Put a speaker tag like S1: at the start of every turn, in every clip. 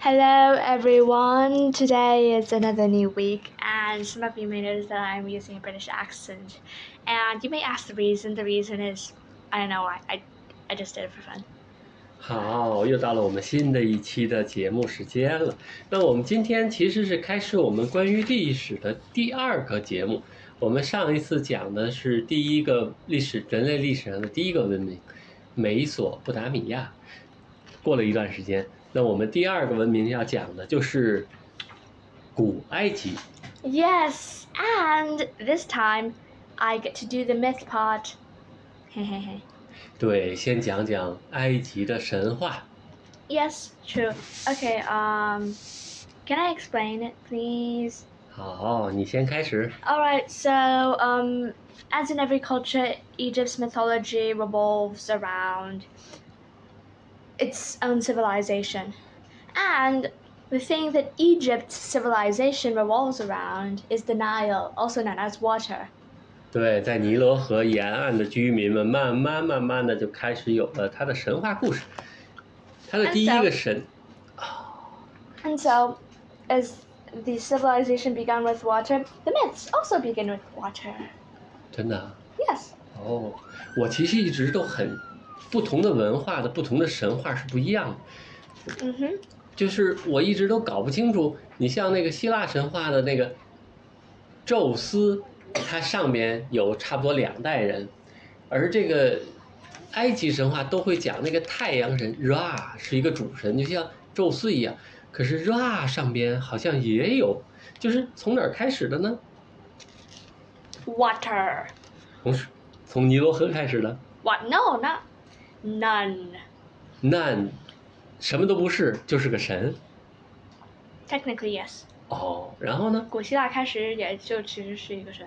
S1: Hello everyone. Today is another new week, and some of you may notice that I'm using a British accent. And you may ask the reason. The reason is I don't know why. I I just did it for fun.
S2: 好，又到了我们新的一期的节目时间了。那我们今天其实是开始我们关于历史的第二个节目。我们上一次讲的是第一个历史，人类历史上的第一个文明——美索不达米亚。过了一段时间，那我们第二个文明要讲的就是古埃及。
S1: Yes, and this time I get to do the myth part. Hehehe.
S2: 对，先讲讲埃及的神话。
S1: yes, true. Okay. Um, can I explain it, please?
S2: 好，你先开始。
S1: All right, so um, as in every culture, Egypt's mythology revolves around its own civilization. And the thing that Egypt's civilization revolves around is the Nile, also known as water.
S2: 对，在尼罗河沿岸的居民们，慢慢慢慢的就开始有了他的神话故事。他的第一个神，
S1: And so, as the civilization began with water, the myths also begin with water.
S2: 真的啊
S1: Yes.
S2: 哦，我其实一直都很，不同的文化的不同的神话是不一样的，
S1: Mm-hmm.
S2: 就是我一直都搞不清楚，你像那个希腊神话的那个宙斯，他上面有差不多两代人，而这个埃及神话都会讲那个太阳神 Ra 是一个主神，就像宙斯一样。可是 Ra 上边好像也有，就是从哪儿开始的呢？
S1: Water.
S2: 从从尼罗河开始的？
S1: What? No, not none.
S2: 那什么都不是，就是个神
S1: Technically, yes.
S2: 哦。然后呢？
S1: 古希腊开始也就其实是一个神。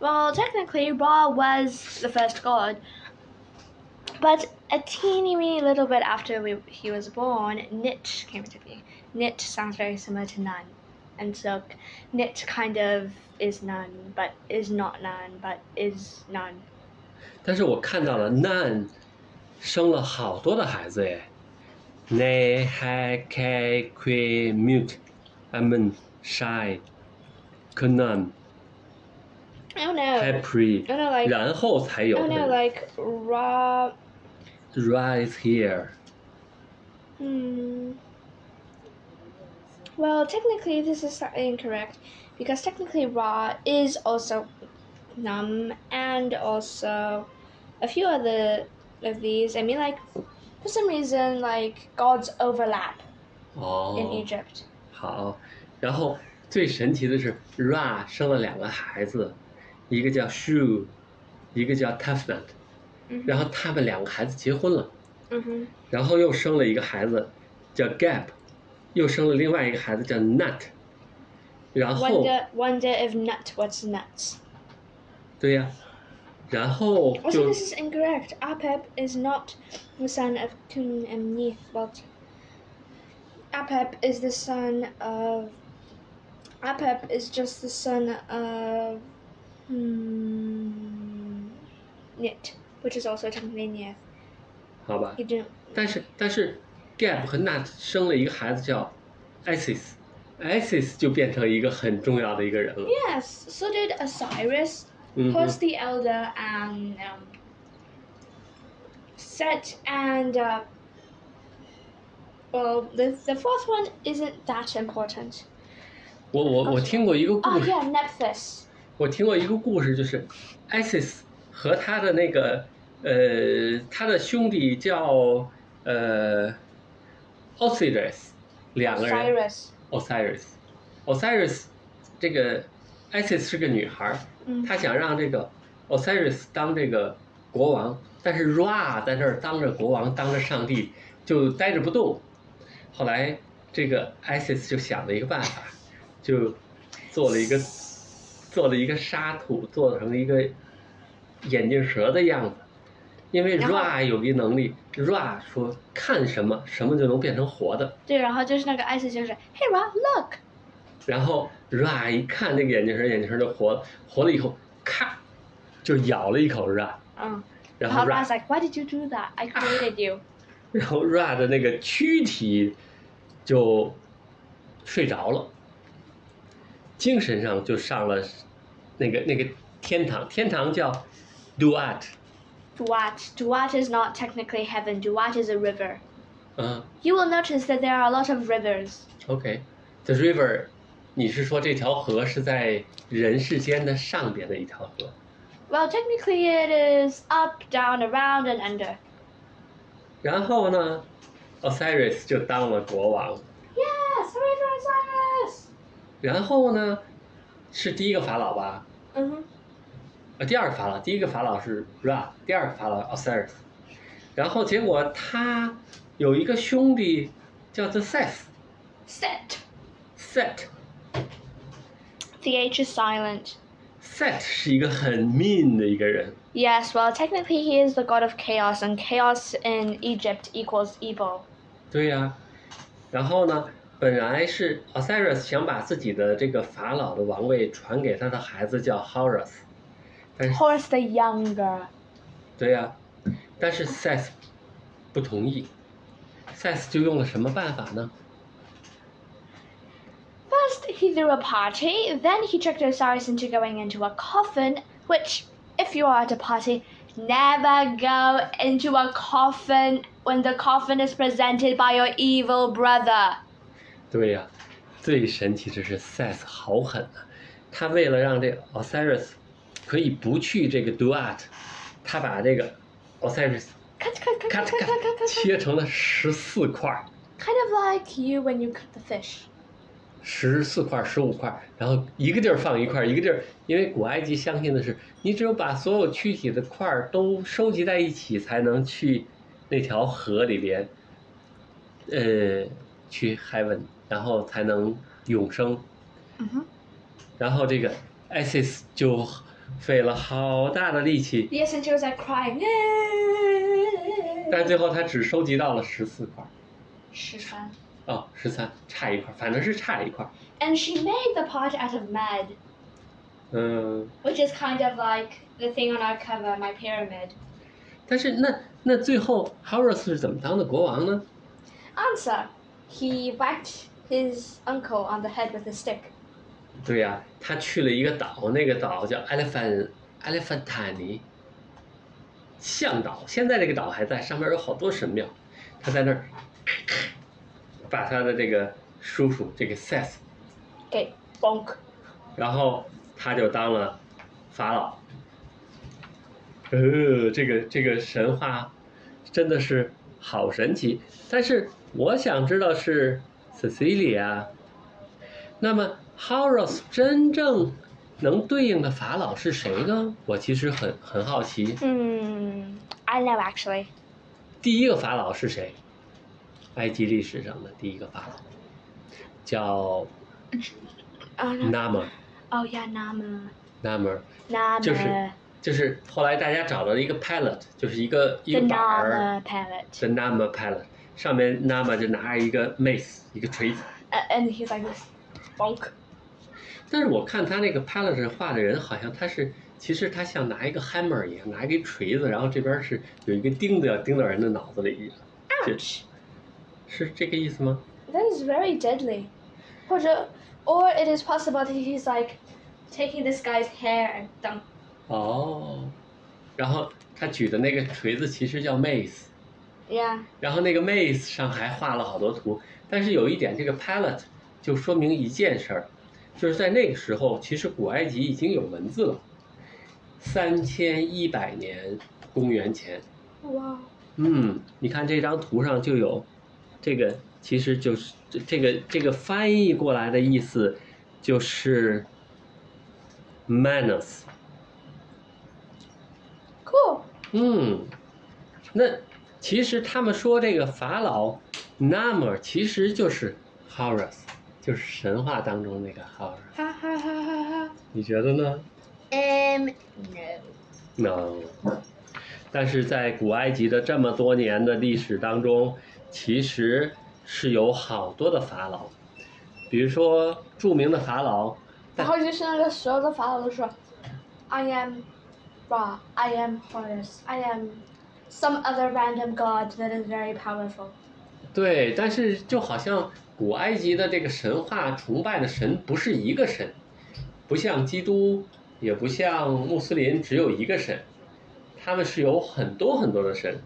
S1: Well, technically, Ra was the first god, but a teeny weeny little bit after we, he was born, Nit came into being. Nit sounds very similar to Nun, and so Nit kind of is Nun, but is not Nun, but is Nun.
S2: 但是我看到了 Nan 生了好多的孩子哎 n e h a k k mute amen shai kanan
S1: I don't know. I
S2: happy，
S1: don't know, like
S2: 然后才
S1: I
S2: 有
S1: don't know,
S2: 那个
S1: like Ra.
S2: rise here。
S1: Hmm. Well, technically, this is slightly incorrect because technically Ra is also Num and also a few other of these. I mean, like, for some reason, like, gods overlap in
S2: 哦，
S1: Egypt.
S2: 好。然后最神奇的是，Ra 生了两个孩子，一个叫 Shu，一个叫 Tafnat。然后他们两个孩子结婚了。
S1: Mm-hmm.
S2: 然后又生了一个孩子叫 Gap，又生了另外一个孩子叫 Nut，然后
S1: Wonder, wonder if Nut was nuts.
S2: 对呀、然后
S1: Also,
S2: 就
S1: this is incorrect. Apep is not the son of Tun Amnith, but Apep is the son of. Apep is just the son of. Hmm, Nit, which is also technically Nith.
S2: 好吧
S1: He，didn't.
S2: 但是但是 Gap 和 Nut 生了一个孩子叫 Isis，Isis 就变成一个很重要的一个人了。
S1: Yes, so did Osiris,
S2: 嗯哼
S1: Horus the Elder, and. Um, Set and. Uh, well, the, the fourth one isn't that important.
S2: 我我我听过一个
S1: Oh
S2: 故事，
S1: yeah, Nephthys.
S2: 我听过一个故事，就是 Isis 和他的那个呃，他的兄弟叫呃 Osiris，两个人。
S1: Cyrus.
S2: Osiris。Osiris 这个 Isis 是个女孩儿，
S1: 嗯
S2: 她想让这个 Osiris 当这个国王，但是 Ra 在这儿当着国王，当着上帝，就呆着不动。后来这个 Isis 就想了一个办法，就做了一个做了一个沙土，做成了一个眼镜蛇的样子。因为
S1: 然后
S2: Ra 有一能力，Ra 说看什么什么就能变成活的，
S1: 对，然后就是那个爱斯先生，Hey Ra, look.
S2: 然后 Ra 一看这个眼镜蛇，眼镜蛇就活了，活了以后，咔，就咬了一口 Ra，
S1: 嗯，
S2: 然后
S1: Ra's
S2: Ra，
S1: like, why did you do that? I created you.
S2: 然后 Ra 的那个躯体就睡着了，精神上就上了那个那个天堂，天堂叫 Duat，
S1: Duat. Duat is not technically heaven. Duat is a river.
S2: 嗯
S1: You will notice that there are a lot of rivers.
S2: ，OK，the、river，你是说这条河是在人世间的上边的一条河？
S1: Well, technically it is up, down, around, and under.
S2: 然后呢，Osiris 就当了国王，
S1: Yes, hooray for Osiris!
S2: 然后呢是第一个法老吧？
S1: Mm-hmm.
S2: 呃，第二个法老，第一个法老是 Ra，第二个法老 Osiris，然后结果他有一个兄弟叫做 Seth，Set，
S1: Set. The H is silent.
S2: Set 是一个很 mean 的一个人，
S1: Yes, well, technically he is the god of chaos, and chaos in Egypt equals evil.
S2: 对呀、然后呢，本来是 Osiris 想把自己的这个法老的王位传给他的孩子叫 Horus，但是
S1: Horus the Younger.
S2: 对呀、但是 Seth 不同意，Seth 就用了什么办法呢？
S1: First, he threw a party, then he tricked Osiris into going into a coffin, which, if you are at a party, never go into a coffin when the coffin is presented by your evil brother.
S2: 对呀、最神奇的是 Seth 好狠啊！他为了让这 Osiris 可以不去这个 Duat，他把这个 Osiris
S1: Cut, cut, cut,
S2: 咔
S1: cut,
S2: 嚓
S1: cut,
S2: 咔
S1: cut, cut,
S2: 嚓
S1: cut.
S2: 切成了十四块儿，
S1: Kind of like you when you cut the fish.
S2: 十四块儿、十五块儿，然后一个地儿放一块儿，一个地儿，因为古埃及相信的是，你只有把所有躯体的块儿都收集在一起，才能去那条河里边，呃，去 Heaven，然后才能永生。
S1: Mm-hmm.
S2: 然后这个 ISIS 就费了好大的力气，
S1: Yes, and she was like crying.
S2: 但最后他只收集到了十四块，
S1: She's fine.
S2: 哦，十三，差一块，反正是差了一块。
S1: And she made the pot out of mud,
S2: 嗯，
S1: which is kind of like the thing on our cover, my pyramid.
S2: 但是那那最后 Horus 是怎么当的国王呢？
S1: Answer. He whacked his uncle on the head with a stick.
S2: 对呀、他去了一个岛，那个岛叫 Elephant Elephantani，象岛。现在这个岛还在，上面有好多神庙。他在那儿把他的这个叔叔这个 Seth
S1: Okay, bonk.
S2: 然后他就当了法老。呃，这个这个神话真的是好神奇。但是我想知道是 Cecilia，那么 Horus 真正能对应的法老是谁呢？我其实很很好奇，
S1: Hmm. I know actually.
S2: 第一个法老是谁？埃及历史上的第一个法老叫
S1: Oh no.
S2: Namor，Namor
S1: Oh yeah, Nama.
S2: 就是-
S1: Nama.
S2: 就是后来大家找到了一个 pallet，就是一个一
S1: The
S2: 个板
S1: Nama
S2: 儿
S1: parrot.
S2: 是 Nama pallet，上面 Nama 就拿着一个 mace 一个锤子，
S1: Uh, and he's like this. Bonk.
S2: 但是我看他那个 pallet 画的人好像他是，其实他像拿一个 hammer 一样，拿一个锤子，然后这边是有一个钉子要钉到人的脑子里一样，是
S1: Ouch.
S2: 是这个意思吗？
S1: That is very deadly. Or, the- or it is possible that he's like taking this guy's hair and dunk.
S2: 哦，然后他举的那个锤子其实叫 mace。
S1: Yeah.
S2: 然后那个 maze 上还画了好多图，但是有一点，这个 palette 就说明一件事儿，就是在那个时候，其实古埃及已经有文字了，三千一百年公元前。
S1: Wow.
S2: 嗯，你看这张图上就有，这个其实就是这这个这个翻译过来的意思就是 manus。
S1: Cool.
S2: 嗯，那其实他们说这个法老 Namor 其实就是 Horus，就是神话当中那个 Horus，
S1: Ha ha ha ha ha.
S2: 你觉得呢
S1: Um, no.
S2: ？No。但是在古埃及的这么多年的历史当中，其实是有好多的法老，比如说著名的法老，
S1: 然后就是那个所有的法老都说，I am Ra, I am Horus, I am some other random god that is very powerful.
S2: 对，但是就好像古埃及的这个神话崇拜的神不是一个神，不像基督，也不像穆斯林只有一个神，他们是有很多很多的神。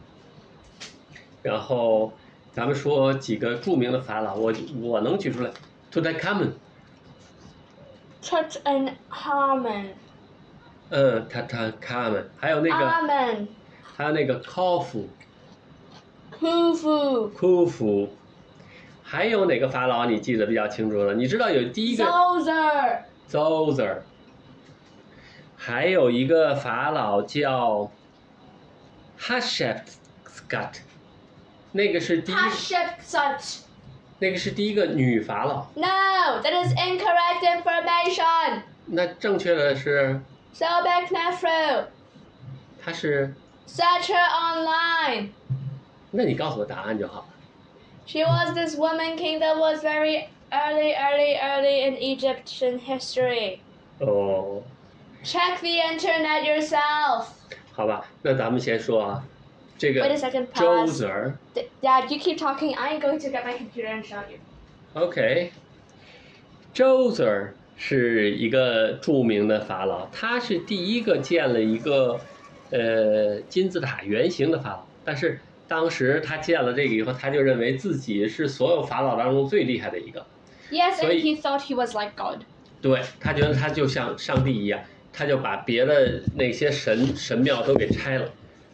S2: 然后咱们说几个著名的法老，我我能举出来，Tutankhamun，
S1: Tut and Harmon，
S2: 嗯，Tutankhamun，还有那
S1: 啊
S2: 个
S1: Armon，
S2: 还有那个 Khufu
S1: Khufu，
S2: Khufu，还有哪个法老你记得比较清楚了？你知道有第一个
S1: Zoser，
S2: Zoser，还有一个法老叫 Hatshepsut，那个是第一，
S1: Hatshepsut。
S2: 那个是第一个女法老。
S1: No, that is incorrect information.
S2: 那正确的是，
S1: So back Nefru,
S2: 她是，
S1: search her online.
S2: 那你告诉我答案就好了。
S1: She was this woman king that was very early, early, early in Egyptian history.
S2: 哦，
S1: Check the internet yourself.
S2: 好吧，那咱们先说啊，这
S1: Wait a
S2: 个
S1: second, pause.
S2: Zoser。
S1: D- Dad, you keep talking. I'm going to get my computer and show you.
S2: OK，周 Sir 是一个著名的法老，他是第一个建了一个呃金字塔圆形的法老，但是当时他建了这个以后，他就认为自己是所有法老当中最厉害的一个，
S1: Yes,
S2: So
S1: and
S2: you-
S1: he thought he was like God.
S2: 对他觉得他就像上帝一样，他就把别的那些神神庙都给拆了，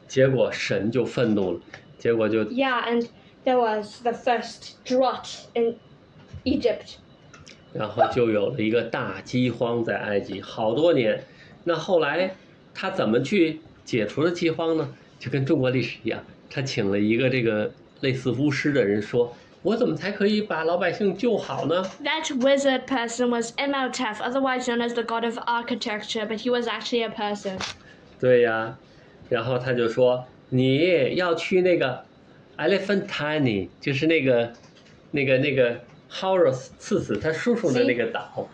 S2: 结果神就愤怒了，结果就
S1: Yeah, and there was the first drought in Egypt.
S2: 然后就有了一个大饥荒在埃及好多年。那后来他怎么去解除了饥荒呢？就跟中国历史一样，他请了一个这个类似巫师的人说：“我怎么才可以把老百姓救好呢
S1: That wizard person was Imhotep, otherwise known as the god of architecture, but he was actually a person.？”
S2: 对呀、然后他就说：“你要去那个 Elephantine，就是那个那个那个 Horus 刺死他叔叔的那个岛。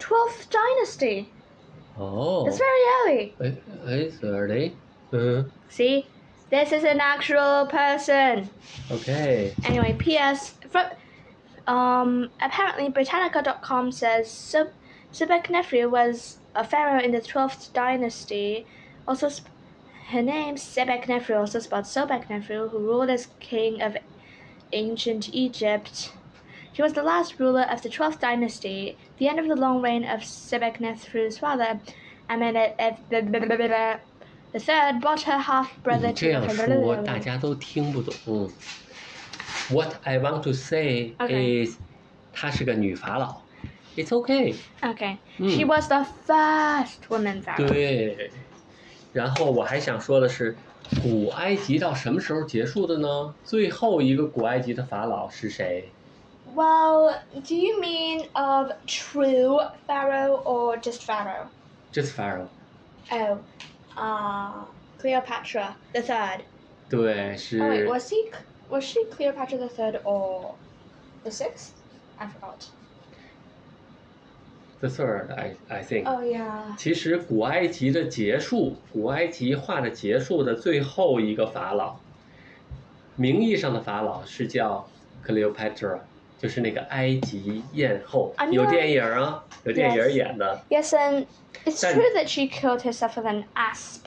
S1: 12th dynasty.
S2: 哦，
S1: It's very early.
S2: 哎哎，sorry，嗯
S1: See? This is an actual person.
S2: ，OK。
S1: Anyway, P.S. From, um, apparently, Britannica.com says Sub- Neferu was a pharaoh in the 12th dynasty. Also, sp- her name, Neferu also spelled Neferu, who ruled as king of ancient Egypt. She was the last ruler of the 12th dynasty, the end of the long reign of Neferu's father, Amenhotep the third brought her half
S2: 你
S1: brother to
S2: 这样说大家都听不懂。What I want to say
S1: OK
S2: is，她是个女法老。It's okay。
S1: Okay.
S2: Mm.
S1: She was the first woman pharaoh.
S2: 嗯对。然后我还想说的是，古埃及到什么时候结束的呢？最后一个古埃及的法老是谁？
S1: Well, do you mean of true pharaoh or just pharaoh?
S2: 这是 pharaoh。
S1: Oh, uh, Cleopatra the third.
S2: 对，是
S1: Oh wait, was he was she Cleopatra the third or the sixth? I forgot.
S2: the third。I I think。
S1: Oh yeah.
S2: 其实古埃及的结束，古埃及化的结束的最后一个法老，名义上的法老是叫 Cleopatra，就是那个埃及艳后
S1: 啊，
S2: 有
S1: 那
S2: 电影啊，有电影
S1: Yes
S2: 演的。
S1: Yes, and it's
S2: Then-
S1: true that she killed herself with an asp.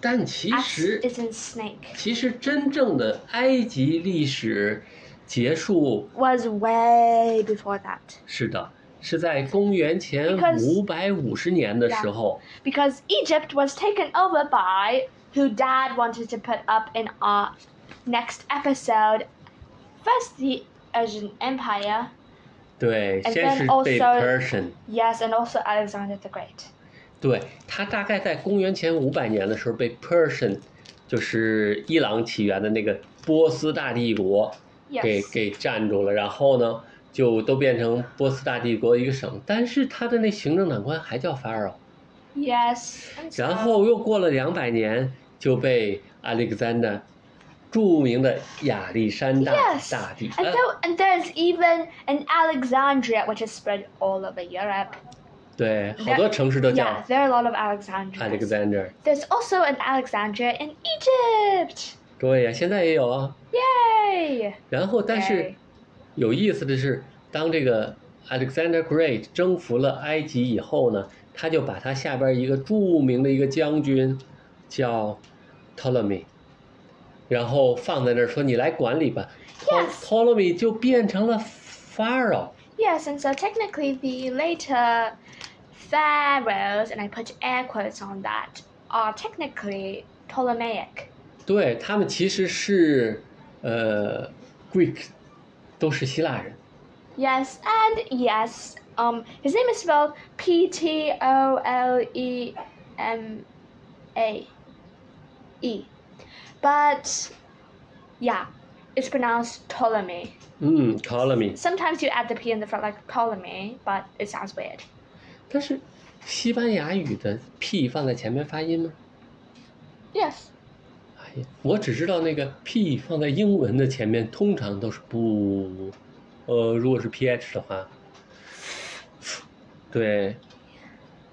S2: 但其
S1: Asp
S2: 实，
S1: is in snake.
S2: 其实真正的埃及历史结束
S1: Was way before that
S2: 是的，是在公元前
S1: Because-
S2: 五百五十年的时候。
S1: because Egypt was taken over by who Dad wanted to put up in our next episode. First, the Persian Empire.
S2: 对，
S1: And
S2: 先
S1: then
S2: 是
S1: also-
S2: 被 Persian。
S1: Yes, and also Alexander the Great.
S2: 对，他大概在公元前五百年的时候被 Persian，就是伊朗起源的那个波斯大帝国给
S1: Yes.
S2: 给占住了，然后呢就都变成波斯大帝国一个省，但是他的那行政长官还叫法老，
S1: Yes. and so-
S2: 然后又过了两百年就被 Alexander，著名的亚历山大
S1: Yes. 哎
S2: 大帝，
S1: And
S2: 呃
S1: so, and there's even an Alexandria, which is spread all over Europe.
S2: 对，好多城市都
S1: Yeah,
S2: 叫
S1: there are a lot of Alexandrias.
S2: Alexander，
S1: There's also an Alexandria in Egypt.
S2: 对呀，现在也有啊。
S1: Yay! Yay!
S2: 然后，但是
S1: Yay.
S2: 有意思的是，当这个 Alexander Great 征服了埃及以后呢，他就把他下边一个著名的一个将军叫 Ptolemy，然后放在那儿说：“你来管理吧。
S1: Yes.
S2: Ptolemy 就变成了 Pharaoh。
S1: Yes, and so technically the later pharaohs, and I put air quotes on that, are technically Ptolemaic.
S2: 对他们其实是呃 Greek，都是希腊人。
S1: Yes, and yes, um, his name is spelled P T O L E M A E. But yeah, it's pronounced Ptolemy.
S2: 嗯，Ptolemy。
S1: Sometimes you add the P in the front like Ptolemy, but it sounds weird.
S2: 但是西班牙语的 P 放在前面发音吗？
S1: Yes.
S2: 哎呀，我只知道那个 P 放在英文的前面通常都是不，呃，如果是 PH 的话，对，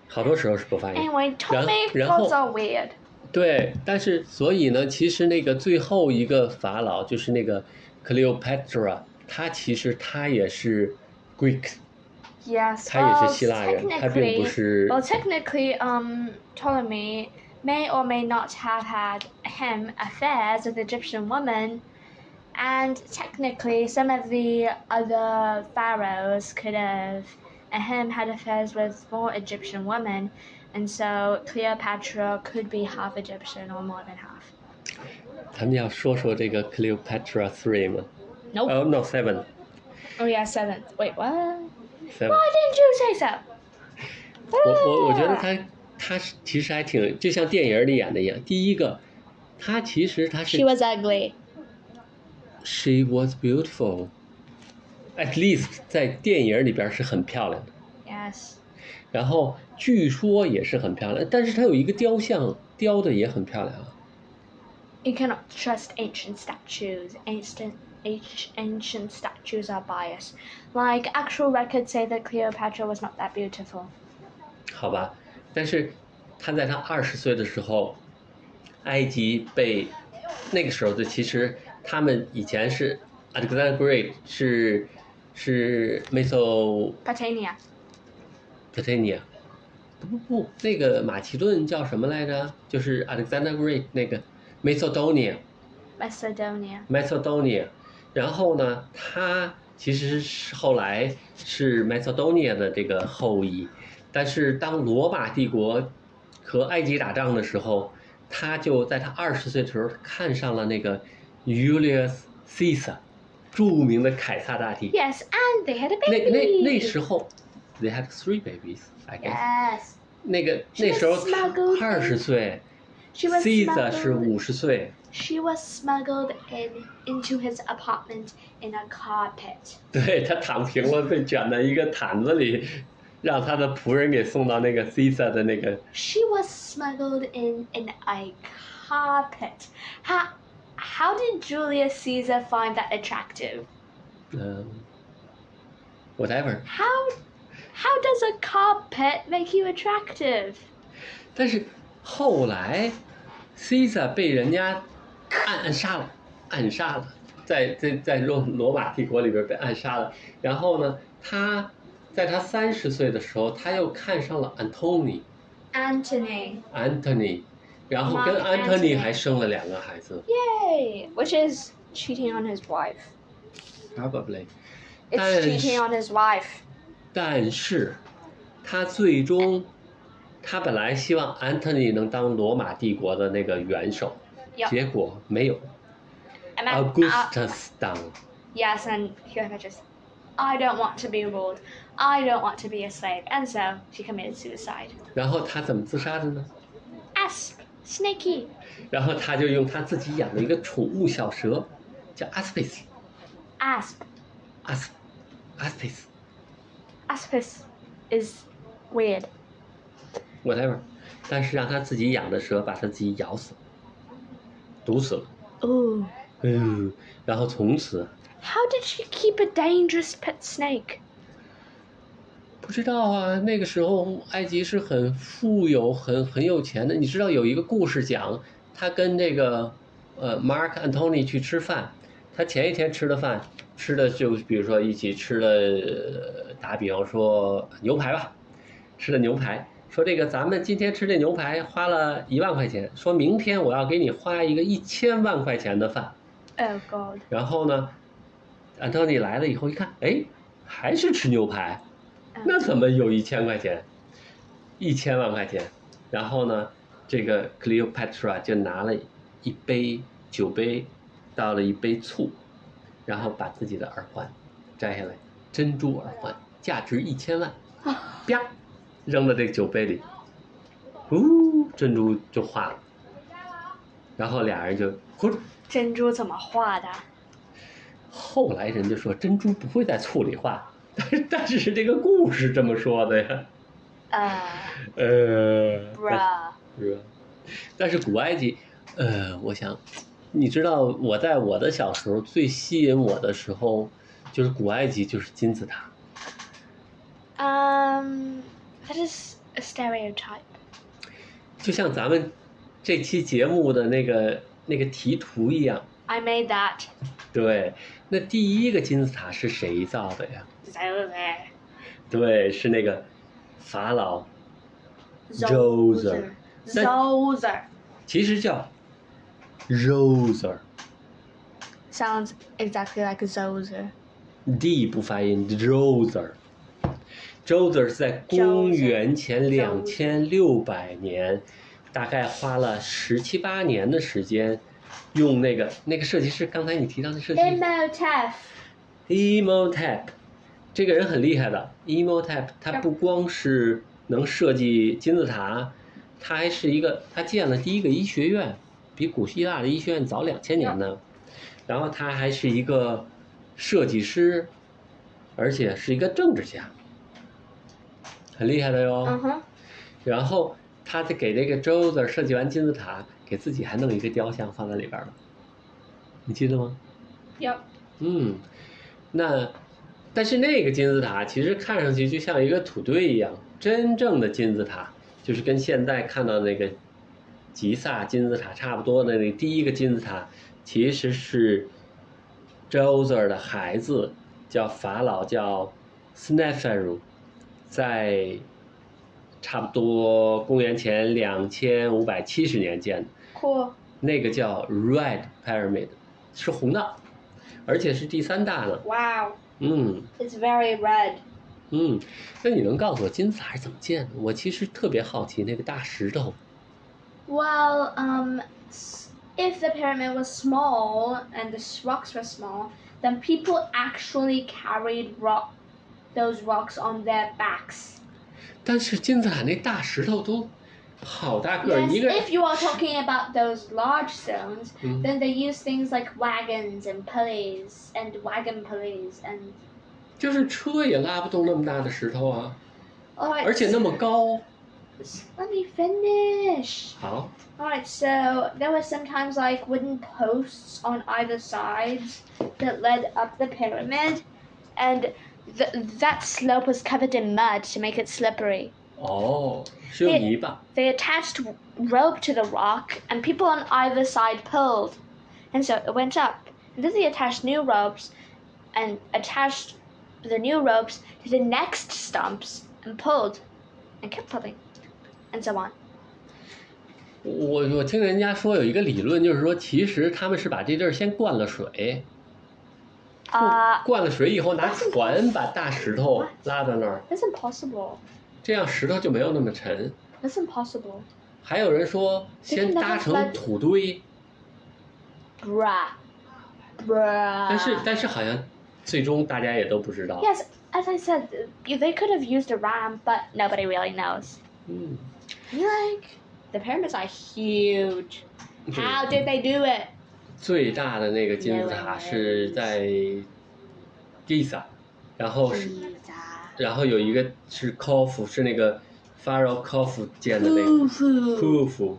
S2: 好多时候是不发音。
S1: Anyway, Ptolemy
S2: 然后
S1: words are weird.
S2: 对，但是所以呢，其实那个最后一个法老就是那个 Cleopatra，她其实她也是 Greek，
S1: Yes.
S2: 她也
S1: Well,
S2: 是希腊人，她并不
S1: technically,
S2: 是
S1: well, technically, um, Ptolemy may or may not have had him affairs with Egyptian women, and technically, some of the other pharaohs could have uh, him had affairs with more Egyptian women, and so Cleopatra could be half Egyptian or more than half.
S2: 咱们要说说这个 Cleopatra Three 吗？
S1: Nope.
S2: 哦、n o Seven，Seven
S1: Oh yeah, seventh. Wait, what? Why
S2: seven。
S1: didn't you say so? Ah,
S2: 我我我觉得他他是其实还挺就像电影里演的一样。第一个，他其实他是
S1: She was ugly.
S2: she was beautiful，at least 在电影里边是很漂亮的，
S1: Yes.
S2: 然后据说也是很漂亮，但是她有一个雕像雕的也很漂亮啊。
S1: You cannot trust ancient statues. Ancient, anci- ancient statues are biased. Like, actual records say that Cleopatra was not that beautiful.
S2: 好吧，但是他在他二十岁的时候，埃及被那个时候的其实他们以前是 Alexander Great 是是 Meso
S1: Patania.
S2: Britannia，不不不，那个马其顿叫什么来着？就是 Alexander Great 那个 Macedonia
S1: Macedonia.
S2: Macedonia，然后呢，他其实是后来是 Macedonia 的这个后裔，但是当罗马帝国和埃及打仗的时候，他就在他二十岁的时候看上了那个 Julius Caesar，著名的凯撒大帝。
S1: Yes, and they had a
S2: 那
S1: baby.
S2: 那那时候，they had three babies，I guess。
S1: Yes.
S2: 那个
S1: She
S2: 那
S1: was
S2: 时候
S1: smuggled
S2: 二
S1: in.
S2: 十岁
S1: She was
S2: ，Caesar 是
S1: smuggled.
S2: 五十岁，
S1: She was smuggled in into his apartment in a carpet.
S2: 对他躺平了，被卷在一个毯子里，让他的仆人给送到那个 Caesar 的那个
S1: She was smuggled in in a carpet. How how did Julius Caesar find that attractive?
S2: 嗯、whatever。
S1: How how does a carpet make you attractive?
S2: 但是后来 Caesar 被人家暗暗杀了，暗杀了，在在在罗罗马帝国里边被暗杀了。然后呢，他在他三十岁的时候，他又看上了 Antony。
S1: Anthony.
S2: Anthony，然后跟
S1: Mark
S2: Anthony
S1: Antony
S2: 还生了两个孩子
S1: Yay! Which is cheating on his wife.
S2: ，probably。
S1: It's
S2: That is-
S1: cheating on his wife.
S2: 但是，他最终，他本来希望 Anthony 能当罗马帝国的那个元首
S1: Yep.
S2: 结果没有
S1: And I- I-
S2: ，Augustus 当。
S1: yes, and Cleopatra. said, I don't want to be ruled. I don't want to be a slave. And so she committed suicide.
S2: 然后他怎么自杀的呢？
S1: Asp, snaky.
S2: 然后他就用他自己养的一个宠物小蛇，叫 Aspis，
S1: Asp.
S2: 阿斯，阿斯 s
S1: Aspis is weird.
S2: whatever，但是让他自己养的蛇把他自己咬死了，毒死了。
S1: Ooh.
S2: 嗯，然后从此
S1: How did she keep a dangerous pet snake?
S2: 不知道啊，那个时候埃及是很富有、很很有钱的。你知道有一个故事讲，他跟那个呃 Mark Antony 去吃饭，他前一天吃的饭吃的就比如说一起吃了，呃打比方说牛排吧，吃的牛排，说这个咱们今天吃这牛排花了一万块钱，说明天我要给你花一个一千万块钱的饭，
S1: Oh God.
S2: 然后呢，安东尼来了以后一看，哎，还是吃牛排，那怎么有一千块钱？一千万块钱？然后呢，这个 Cleopatra 就拿了一杯酒杯，倒了一杯醋，然后把自己的耳环摘下来，珍珠耳环，价值一千万，啪，扔到这酒杯里，呜，珍珠就化了。然后俩人就呼，
S1: 珍珠怎么画的？
S2: 后来人家说珍珠不会在醋里化， 但是但是这个故事这么说的呀。
S1: 呃
S2: 呃，
S1: ，bra，
S2: 是吧？但是古埃及，呃，我想，你知道我在我的小时候最吸引我的时候，就是古埃及就是金字塔。
S1: 嗯，that Um, is a stereotype.
S2: 就像咱们这期节目的那个那个题图一样，
S1: I made that.
S2: 对，那第一个金字塔是谁造的呀？
S1: Zoser.
S2: 对，是那个法老，Zoser. 那-
S1: Zoser
S2: 其实叫 Roser。
S1: sounds exactly like a Zoser.
S2: D 不发音，Joser。Joser 是在公元前两千六百年，大概花了十七八年的时间，用那个那个设计师，刚才你提到的设计师
S1: Imhotep.
S2: Emotep，这个人很厉害的。Emotep 他不光是能设计金字塔，他还是一个他建了第一个医学院，比古希腊的医学院早两千年呢。然后他还是一个设计师，而且是一个政治家，很厉害的哟。
S1: Uh huh.
S2: 然后他在给这个周子设计完金字塔，给自己还弄一个雕像放在里边儿了，你记得吗？
S1: Yep.
S2: 嗯，那但是那个金字塔其实看上去就像一个土堆一样，真正的金字塔就是跟现在看到那个吉萨金字塔差不多的那第一个金字塔，其实是 Djoser 的孩子叫法老叫 Sneferu，在差不多公元前两千五百七十年建的。
S1: Cool.
S2: 那个叫 Red Pyramid，是红的，而且是第三大的。
S1: Wow.
S2: 嗯
S1: It's very red.
S2: 嗯，那你能告诉我金字塔是怎么建的？我其实特别好奇那个大石头。
S1: Well, um, s- if the pyramid was small and the rocks were small, then people actually carried rock, those rocks on their backs.
S2: 但是金字塔那大石头都好大个儿，
S1: Yes, 哎
S2: 一个
S1: if you are talking about those large stones,
S2: 嗯
S1: then they use things like wagons and pulleys and wagon pulleys and.
S2: 就是车也拉不动那么大的石头啊，
S1: Alright.
S2: 而且那么高。
S1: Let me finish.
S2: 好，
S1: Alright, so there were sometimes like wooden posts on either sides that led up the pyramid, and th- that slope was covered in mud to make it slippery.
S2: 哦，是用
S1: 对
S2: 泥巴。
S1: They attached rope to the rock, and people on either side pulled, and so it went up. And then they attached new ropes and attached the new ropes to the next stumps and pulled and kept pulling, and so on.
S2: 我我听人家说有一个理论，就是说其实他们是把这地儿先灌了水，
S1: Uh,
S2: 灌了水以后拿船把大石头拉到那儿，
S1: that's impossible.
S2: 这样石头就没有那么沉。
S1: That's impossible.
S2: 还有人说先搭成土堆，
S1: Bruh. Bruh.
S2: 但是但是好像最终大家也都不知道。
S1: Yes, as I said, you- they could have used a ramp, but nobody really knows.
S2: 嗯，
S1: Like, the pyramids are huge.
S2: 对
S1: How did they do it?
S2: 最大的那个金字塔是在 Giza，然后是然后有一个是 Kofu，是那个 Pharaoh Kofu 建的那个
S1: 嗯
S2: Khufu，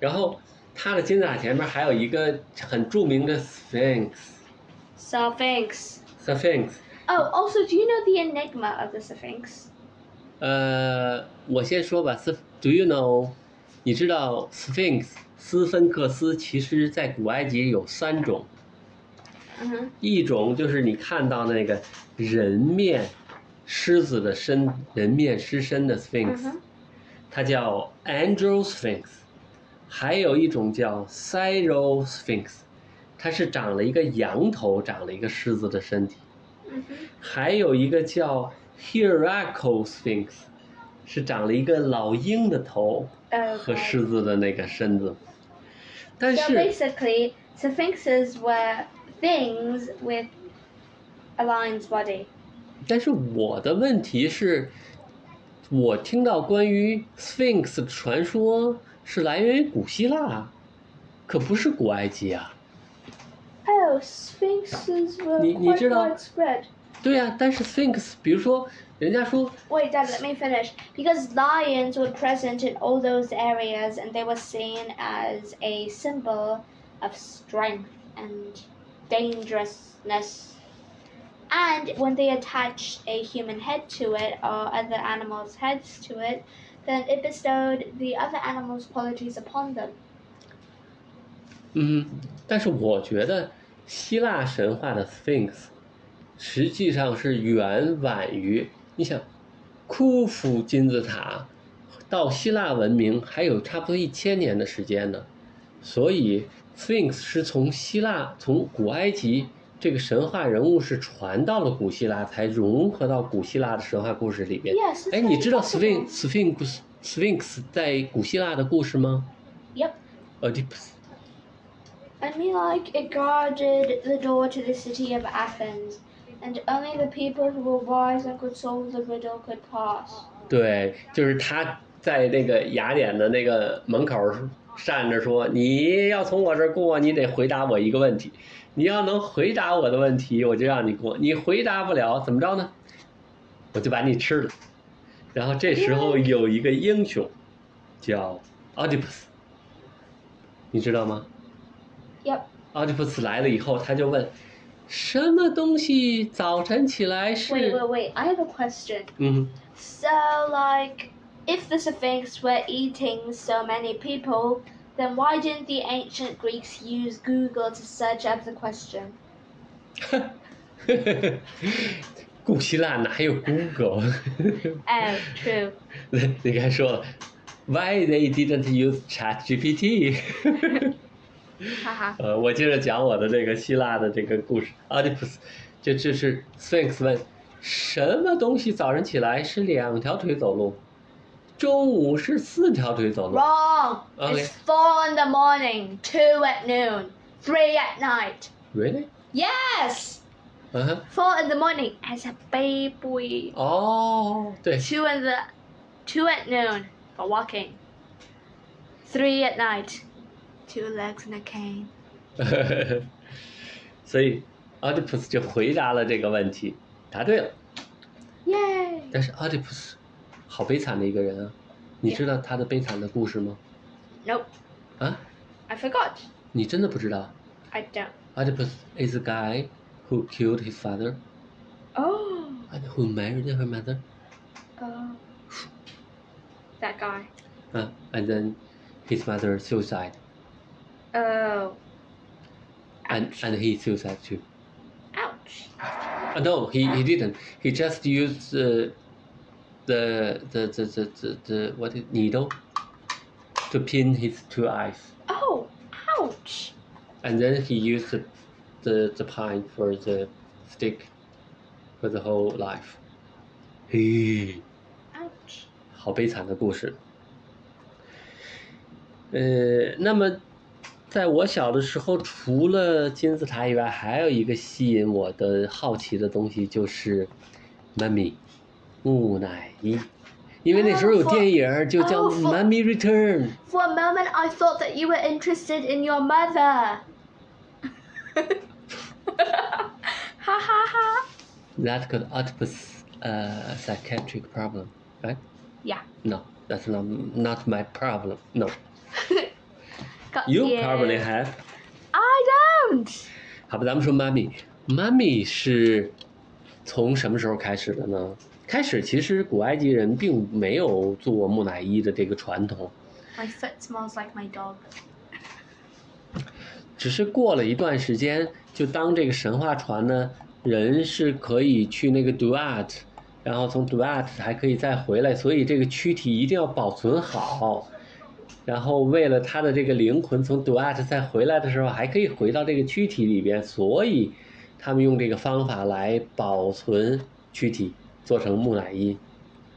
S2: 然后它的金字塔前面还有一个很著名的 Sphinx，Sphinx。
S1: So thanks. Oh, also, do you know the enigma of the Sphinx?
S2: 呃，我先说吧，斯，Do you know？你知道 Sphinx 斯芬克斯其实在古埃及有三种，
S1: 嗯哼，
S2: 一种就是你看到那个人面狮子的身，人面狮身的 Sphinx，、
S1: 嗯哼
S2: 它叫 Andro Sphinx，还有一种叫 Syro Sphinx，它是长了一个羊头，长了一个狮子的身体。
S1: 嗯哼，
S2: 还有一个叫 Hieracle Sphinx，是长了一个老鹰的头
S1: 呃
S2: 和狮子的那个身子。但
S1: So
S2: 是
S1: basically, sphinxes were things with a lion's body.
S2: 但是我的问题是，我听到关于 Sphinx 的传说是来源于古希腊，可不是古埃及啊。
S1: Oh, sphinxes were
S2: 你-
S1: quite
S2: 你知道-
S1: widespread.
S2: 对呀、但是 Sphinx，比如说，人家说
S1: Wait, Dad, let me finish. Because lions were present in all those areas and they were seen as a symbol of strength and dangerousness. And when they attached a human head to it or other animals' heads to it, then it bestowed the other animals' qualities upon them.
S2: 嗯，但是我觉得希腊神话的 Sphinx 实际上是远晚于你想，库夫金字塔到希腊文明还有差不多一千年的时间呢，所以 Sphinx 是从希腊从古埃及这个神话人物是传到了古希腊，才融合到古希腊的神话故事里边。
S1: Yes, it's
S2: 哎，
S1: very
S2: 你知道
S1: possible.
S2: Sphinx Sphinx Sphinx 在古希腊的故事吗
S1: Yep.
S2: ？Oedipus。
S1: I mean, like, it guarded the door to the city of Athens, and only the people who were wise and could solve the riddle could pass.
S2: 对，就是他在那个雅典的那个门口站着说：“你要从我这儿过，你得回答我一个问题。你要能回答我的问题，我就让你过；你回答不了，怎么着呢？我就把你吃了。”然后这时候有一个英雄叫 Oedipus，你知道吗？
S1: Yep.
S2: 奥利弗斯来了以后，他就问：“什么东西早晨起来
S1: Wait,
S2: 是
S1: wait, wait. I have a question.
S2: 嗯
S1: So, like, if the Sphinx were eating so many people, then why didn't the ancient Greeks use Google to search up the question?
S2: 呵呵， 古希腊哪有
S1: Oh,
S2: Google？
S1: true.
S2: 你刚才说了，Why they didn't use Chat GPT？
S1: Haha.
S2: 呃，我接着讲我的这个希腊的这个故事。奥利普斯，这这是 Sphinx 问，什么东西早晨起来是两条腿走路，中午是四条腿走路？
S1: Wrong.
S2: Okay.
S1: It's four in the morning, two at noon, three at night.
S2: Really？
S1: Yes!
S2: 啊哈，
S1: Four in the morning as a baby.
S2: 哦，对，
S1: Two in the two at noon for walking. Three at night. Two legs and a cane.
S2: 所以 Oedipus 就回答了这个问题，答对了。
S1: Yay!
S2: 但是 Oedipus 好悲惨的一个人啊，你知道他的悲惨的故事吗？
S1: Nope.
S2: 啊，
S1: I forgot.
S2: 你真的不知道
S1: I don't.
S2: ？Oedipus is a guy who killed his father
S1: Oh.
S2: and who married her mother.
S1: Oh. That guy.
S2: 啊，and then his mother suicide
S1: Oh.
S2: and and he suicide too.
S1: Ouch.
S2: Uh, no, he, he didn't. He just used uh, the, the, the, the, the, the what is, needle to pin his two eyes.
S1: Oh. Ouch.
S2: And then he used the, the, the pine for the stick for the whole life. 嘿，
S1: Ouch.
S2: 好悲惨的故事。呃，那么在我小的时候，除了金字塔以外，还有一个吸引我的好奇的东西就是妈咪木乃伊，因为那时候有电影儿就叫
S1: 哦
S2: 《
S1: ，for-
S2: 妈咪 Return》。
S1: For a moment, I thought that you were interested in your mother. ha ha ha.
S2: That could Oedipus uh, psychiatric problem, right?
S1: Yeah.
S2: No, that's not not my problem. No,
S1: Got
S2: you probably have.
S1: I don't.
S2: 好吧，咱们说妈咪，妈咪是从什么时候开始的呢？开始其实古埃及人并没有做木乃伊的这个传统，
S1: My foot smells like my dog.
S2: 只是过了一段时间，就当这个神话船呢，人是可以去那个 Duat，然后从 Duat 还可以再回来，所以这个躯体一定要保存好。然后为了他的这个灵魂从 Duat 再回来的时候，还可以回到这个躯体里边，所以他们用这个方法来保存躯体，做成木乃伊。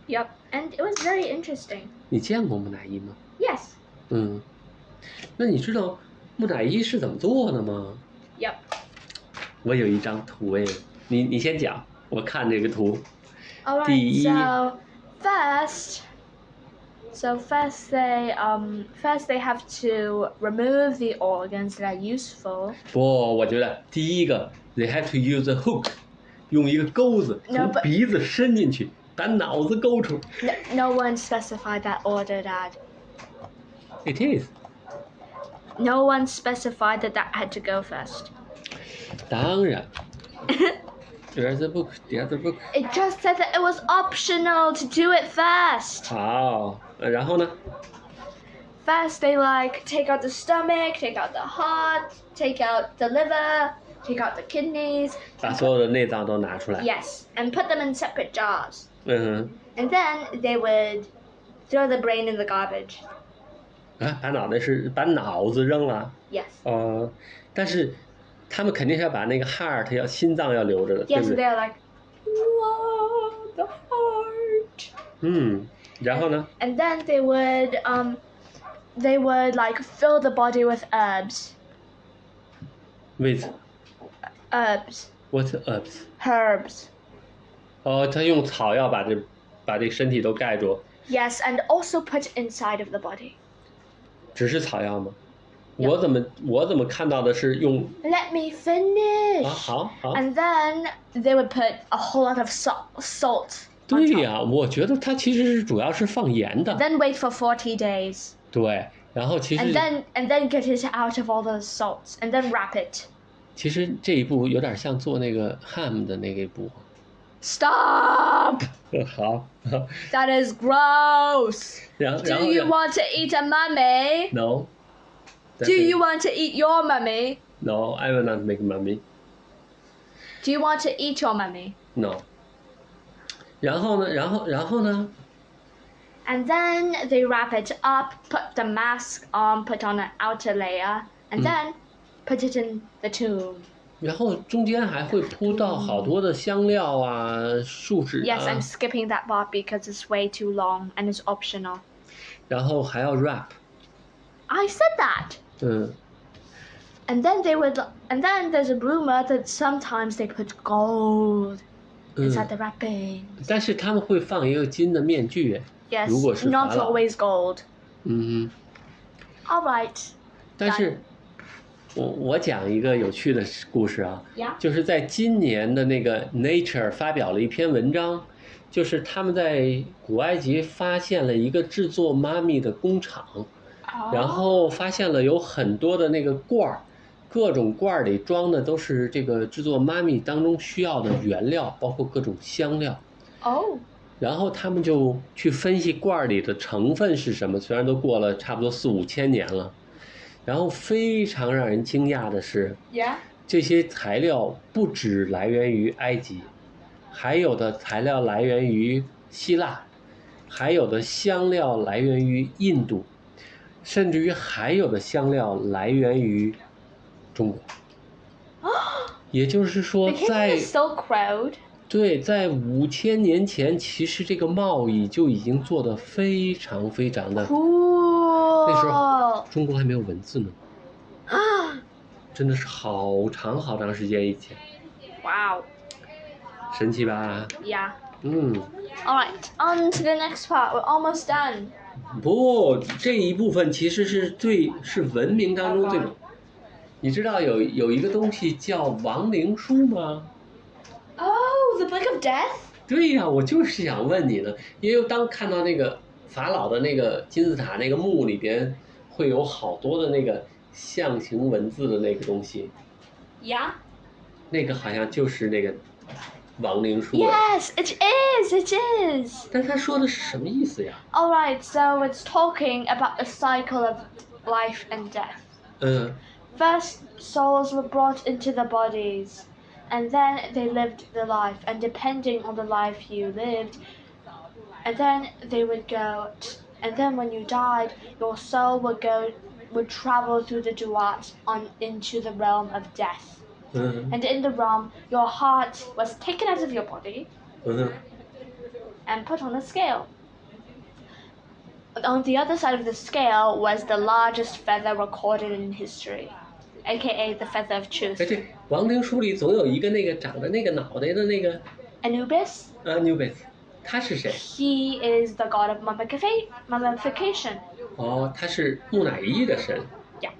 S1: Yep, and it was very interesting.
S2: 你见过木乃伊吗？
S1: Yes.
S2: 嗯，那你知道木乃伊是怎么做的吗？
S1: Yep.
S2: 我有一张图哎，你你先讲，我看这个图。
S1: All right.
S2: The-
S1: So first, so first they um first they have to remove the organs that are useful.
S2: 不，我觉得第一个，they have to use a hook，用一个钩子
S1: No,
S2: 从
S1: but-
S2: 鼻子伸进去，把脑子勾出。
S1: No, no one specified that order, Dad.
S2: It is，
S1: No one specified that that had to go first.
S2: 当然。There's a book, there's a book。
S1: It just said that it was optional to do it first.
S2: 好，呃然后呢？
S1: First, they like take out the stomach, take out the heart, take out the liver, take out the kidneys.
S2: 把所有的内脏都拿出来。
S1: Yes, and put them in separate jars.
S2: 嗯
S1: And then they would throw the brain in the garbage.
S2: 哼，啊，把脑袋是把脑子扔了。
S1: Yes.
S2: 呃，但是他们肯定是要把那个 heart 要心脏要留着的，对
S1: Yes,
S2: 不
S1: and
S2: 对？
S1: they're like, whoa, the heart.
S2: 嗯，然后呢？
S1: And then they would, um, they would like fill the body with herbs.
S2: with
S1: Herbs.
S2: what herbs？
S1: Herbs.
S2: 哦，他用草药把这把这身体都盖住，
S1: Yes, and also put inside of the body.
S2: 只是草药吗？
S1: 有
S2: 我怎么我怎么看到的是用
S1: Let me finish.
S2: 啊？好好，
S1: And then they would put a whole lot of salt. salt on
S2: 对
S1: top.
S2: 呀、我觉得它其实是主要是放盐的，
S1: Then wait for 40 days.
S2: 对。然后其
S1: and
S2: 实
S1: then and then get it out of all the salts and then wrap it.
S2: 其实这一步有点像做那个 ham 的那个一步。
S1: Stop!
S2: 好，
S1: That is gross.
S2: 然后
S1: Do
S2: 然
S1: you
S2: 后
S1: want to eat a mummy?
S2: no
S1: Do you want to eat your mummy?
S2: no I will not make money
S1: Do you want to eat your mummy?
S2: no。然后呢？然后然后呢？
S1: And then they wrap it up, put the mask on, put on an outer layer, and
S2: Mm.
S1: then put it in the tomb.
S2: 然后中间还会铺到好多的香料啊、树脂
S1: Yes,
S2: 啊
S1: I'm，skipping that part because it's way too long and it's optional.
S2: 然后还要 wrap，
S1: I said that.
S2: 嗯，
S1: And then they would, and then there's a rumor that sometimes they put gold
S2: 嗯
S1: inside the wrapping.
S2: 但是他们会放一个金的面具，哎
S1: Yes,
S2: 如果是
S1: not
S2: 法老。
S1: always gold.
S2: 嗯，
S1: All right.
S2: 但是，我我讲一个有趣的故事啊，
S1: Yeah.
S2: 就是在今年的那个 Nature 发表了一篇文章，就是他们在古埃及发现了一个制作妈咪的工厂，
S1: Oh.
S2: 然后发现了有很多的那个罐儿，各种罐儿里装的都是这个制作妈咪当中需要的原料，包括各种香料。
S1: Oh.
S2: 然后他们就去分析罐儿里的成分是什么，虽然都过了差不多四五千年了，然后非常让人惊讶的是，
S1: Yeah.
S2: 这些材料不只来源于埃及，还有的材料来源于希腊，还有的香料来源于印度，甚至于还有的香料来源于中国。也就是说，
S1: They came
S2: 在
S1: from the Silk Road.
S2: 对，在五千年前，其实这个贸易就已经做得非常非常的。
S1: Cool.
S2: 中国还没有文字呢，真的是好长好长时间以前，
S1: wow.
S2: 神奇吧？
S1: Yeah.
S2: 嗯，
S1: All right. On to the next part. We're almost done.
S2: 不，这一部分其实是最是文明当中最。你知道有有一个东西叫亡灵书吗？
S1: Oh, the Book of Death.
S2: 对呀、我就是想问你呢，因为当看到那个法老的那个金字塔那个墓里边，会有好多的那个象形文字的那个东西，
S1: Yeah.
S2: 那个好像就是那个亡灵书。
S1: Yes, it is. It is.
S2: 但他说的是什么意思呀？
S1: All right. So it's talking about the cycle of life and death.
S2: 嗯，
S1: First, souls were brought into their bodies, and then they lived the life. And depending on the life you lived, and then they would go. T- and then when you died, your soul would go, would travel through the duat on into the realm of death.
S2: 嗯
S1: And in the realm, your heart was taken out of your body
S2: 嗯
S1: and put on a scale. On the other side of the scale was the largest feather recorded in history, aka the feather of
S2: 哎，
S1: truth.
S2: 这亡灵书里总有一个那个长着那个脑袋的那个
S1: Anubis,
S2: 啊 n u b i s 他是谁？
S1: he is the god of mummifica- mummification.
S2: 哦，他是木乃伊的神
S1: 呀。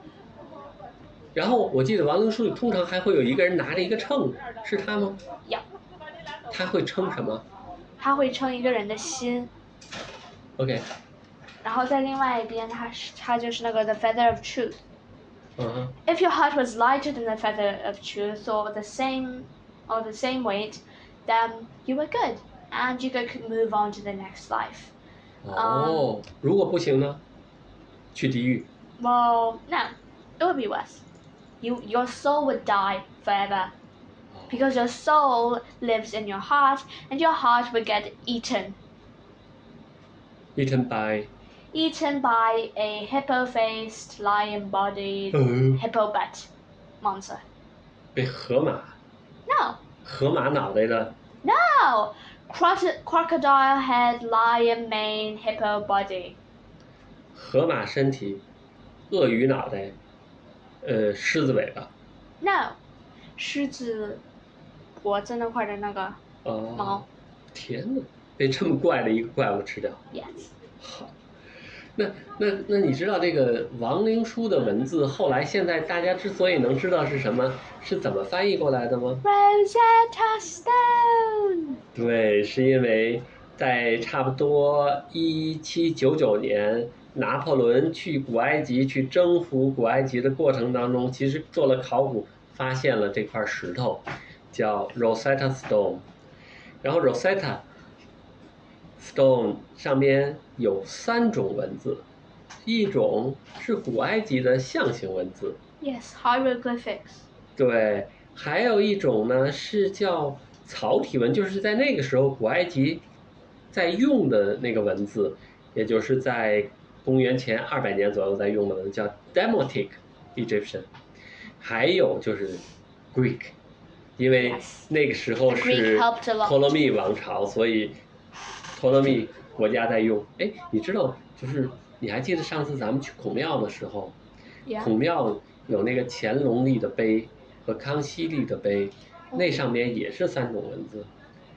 S2: 然后我记得亡灵书里通常还会有一个人拿着一个秤，是他吗？
S1: Yeah.
S2: 他会称什么
S1: 他会称一个人的心，
S2: ？OK，
S1: 然后在另外一边，他是他就是那个 the feather of truth。
S2: 嗯哼，
S1: If your heart was lighter than the feather of truth, or the same, or the same weight, then you were good, and you could move on to the next life.
S2: 哦，如果不行呢？去地狱。
S1: Well, no, it would be worse. You, your soul would die forever because your soul lives in your heart, and your heart would get eaten,
S2: Eaten by，
S1: eaten by a hippo-faced, lion-bodied,
S2: 嗯，
S1: hippo butt monster.
S2: 被河马
S1: No,
S2: 河马脑袋的
S1: no, Croc- crocodile head, lion mane, hippo body.
S2: 河马身体，鳄鱼脑袋，呃，狮子尾巴。
S1: No，狮子脖子那块的那个
S2: 哦，
S1: 毛。
S2: 天哪，被这么怪的一个怪物吃掉。
S1: Yes，
S2: 好，那那那你知道这个亡灵书的文字，后来现在大家之所以能知道是什么，是怎么翻译过来的吗？
S1: Rosetta Stone。
S2: 对，是因为在差不多一七九九年，拿破仑去古埃及去征服古埃及的过程当中，其实做了考古，发现了这块石头，叫 Rosetta Stone，然后 Rosetta Stone 上面有三种文字，一种是古埃及的象形文字，
S1: Yes, hieroglyphics.
S2: 对，还有一种呢是叫草体文，就是在那个时候古埃及在用的那个文字，也就是在公元前二百年左右在用的文字，叫 Demotic Egyptian。还有就是 Greek，因为
S1: Yes.
S2: 那个时候
S1: The
S2: 是
S1: Greek helped a lot.
S2: 托勒密王朝，所以托勒密国家在用。哎，你知道，就是你还记得上次咱们去孔庙的时候，
S1: Yeah.
S2: 孔庙有那个乾隆历的碑和康熙历的碑，那上面也是三种文字，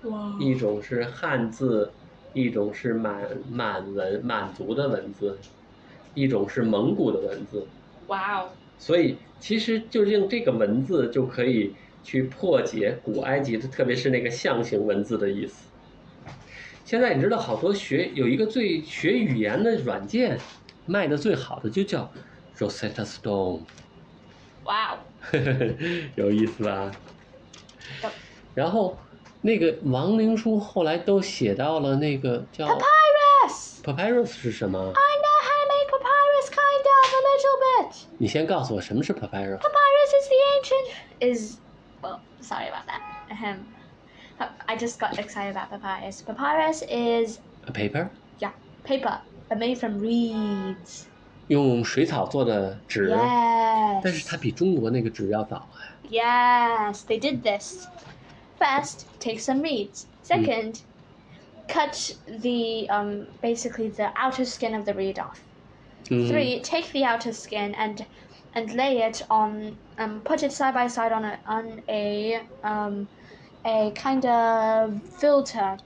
S1: Wow.
S2: 一种是汉字，一种是满满文满族的文字，一种是蒙古的文字。
S1: Wow.
S2: 所以其实就是用这个文字就可以去破解古埃及的，特别是那个象形文字的意思。现在你知道，好多学有一个最学语言的软件卖的最好的就叫 Rosetta Stone。
S1: Wow.
S2: 有意思吧
S1: 有？
S2: 然后那个亡灵书后来都写到了那个叫
S1: Papyrus.
S2: papyrus 是什么？
S1: I know how to make papyrus, kind of a little bit.
S2: 你先告诉我什么是 papyrus？
S1: Papyrus is the ancient is. Well, sorry about that. Ahem. I just got excited about papyrus. Papyrus is
S2: A paper？
S1: paper made from reeds.
S2: 用水草做的纸，
S1: Yes.
S2: 但是它比中国那个纸要早哎。
S1: Yes, they did this. First, take some reeds. Second, cut the um basically the outer skin of the reed off.
S2: 嗯，
S1: Three, take the outer skin and and lay it on um put it side by side on a on a um a kind of filter.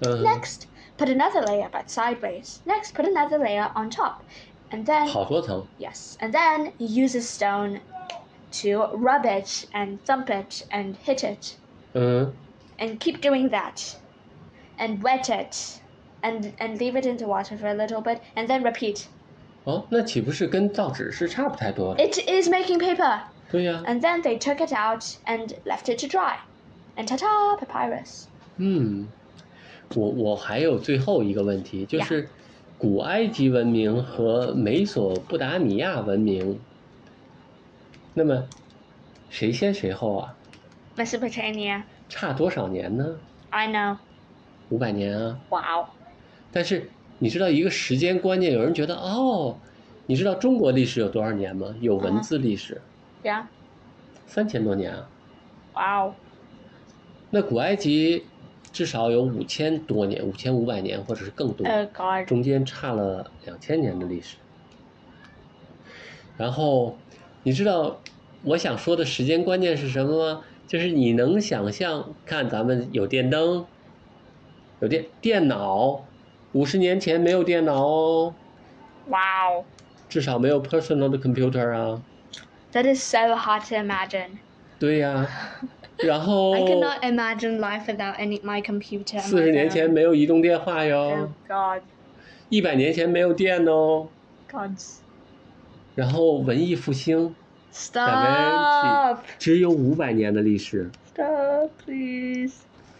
S2: 嗯，
S1: Next, put another layer but sideways. Next, put another layer on top. And then
S2: 好多层。
S1: Yes, and then you use a stone to rub it and thump it and hit it
S2: 嗯，
S1: and keep doing that and wet it and and leave it into water for a little bit and then repeat.
S2: 哦，那岂不是跟造纸是差不太多的？
S1: It is making paper.
S2: 对呀、
S1: And then they took it out and left it to dry. And ta-ta, papyrus.
S2: 嗯，我我还有最后一个问题，就
S1: 呀
S2: 是古埃及文明和美索不达米亚文明那么，谁先谁后啊？
S1: Mesopotamia.
S2: 差多少年呢？
S1: I know.
S2: 五百年啊！
S1: Wow.
S2: 但是你知道一个时间观念，有人觉得哦，你知道中国历史有多少年吗？有文字历史
S1: Yeah.
S2: 三千多年啊。
S1: Wow.
S2: 那古埃及至少有五千多年，五千五百年或者是更多，
S1: Oh God.
S2: 中间差了两千年的历史。然后你知道我想说的时间观念是什么吗？就是你能想象看咱们有电灯，有电电脑，五十年前没有电脑哦，
S1: Wow.
S2: 至少没有 personal 的 computer 啊。
S1: That is so hard to imagine.
S2: 对呀、然后
S1: I cannot imagine life without any my computer. and
S2: 四十
S1: my
S2: 年
S1: phone.
S2: 前没有移动电话
S1: Oh
S2: 哟，
S1: God.
S2: 一百年前没有电哦。
S1: Gods.
S2: 然后文艺复兴
S1: Stop.
S2: 只有五百年的历史，
S1: Stop, please.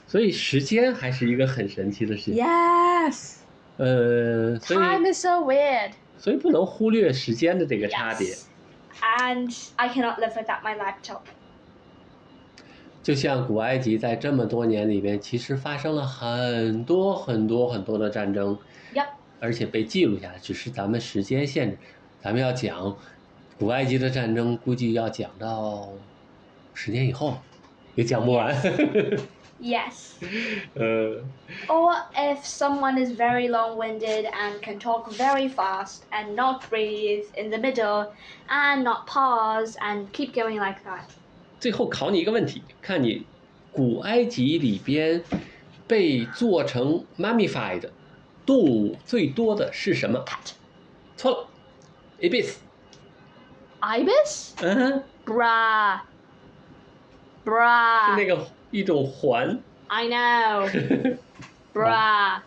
S2: 所以时间还是一个很神奇的事情。
S1: Yes.
S2: 呃，所以
S1: Time is so weird.
S2: 所以不能忽略时间的这个差别。
S1: Yes. And I cannot live without my laptop.
S2: 就像古埃及在这么多年里边，其实发生了很多很多很多的战争，
S1: Yep.
S2: 而且被记录下来，只是咱们时间限制。咱们要讲古埃及的战争，估计要讲到十年以后，也讲不完。
S1: Yes.
S2: 呃，
S1: Or if someone is very long winded and can talk very fast and not breathe in the middle and not pause and keep going like that.
S2: 最后考你一个问题，看你古埃及里边被做成 mummified 动物最多的是什么？
S1: Cat.
S2: 错了，ibis。
S1: Ibis?
S2: 嗯哼，是
S1: Bruh. Bruh.
S2: 啊那个一种环，
S1: I know. Bruh.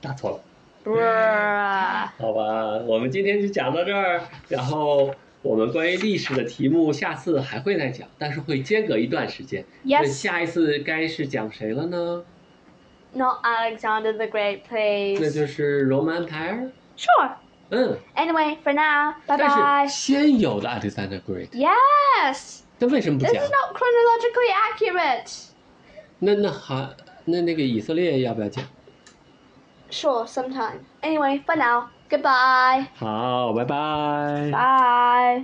S2: 答错了。
S1: Bruh.
S2: 好吧，我们今天就讲到这儿，然后。我们关于历史的题目，下次还会再讲，但是会间隔一段时间。那
S1: Yes.
S2: 下一次该是讲谁了呢？
S1: Not Alexander the Great,
S2: 那就
S1: please.
S2: 是罗曼牌尔。
S1: Sure.
S2: 嗯，
S1: Anyway, for now, bye
S2: 但
S1: bye.
S2: 是先有的 Alexander Great，
S1: Yes.
S2: 那为什么不
S1: This
S2: 讲
S1: is？not chronologically accurate.
S2: 那那韩那那个以色列要不要讲？
S1: Sure, sometime. Anyway, for now, goodbye.
S2: 好，拜拜。
S1: Bye.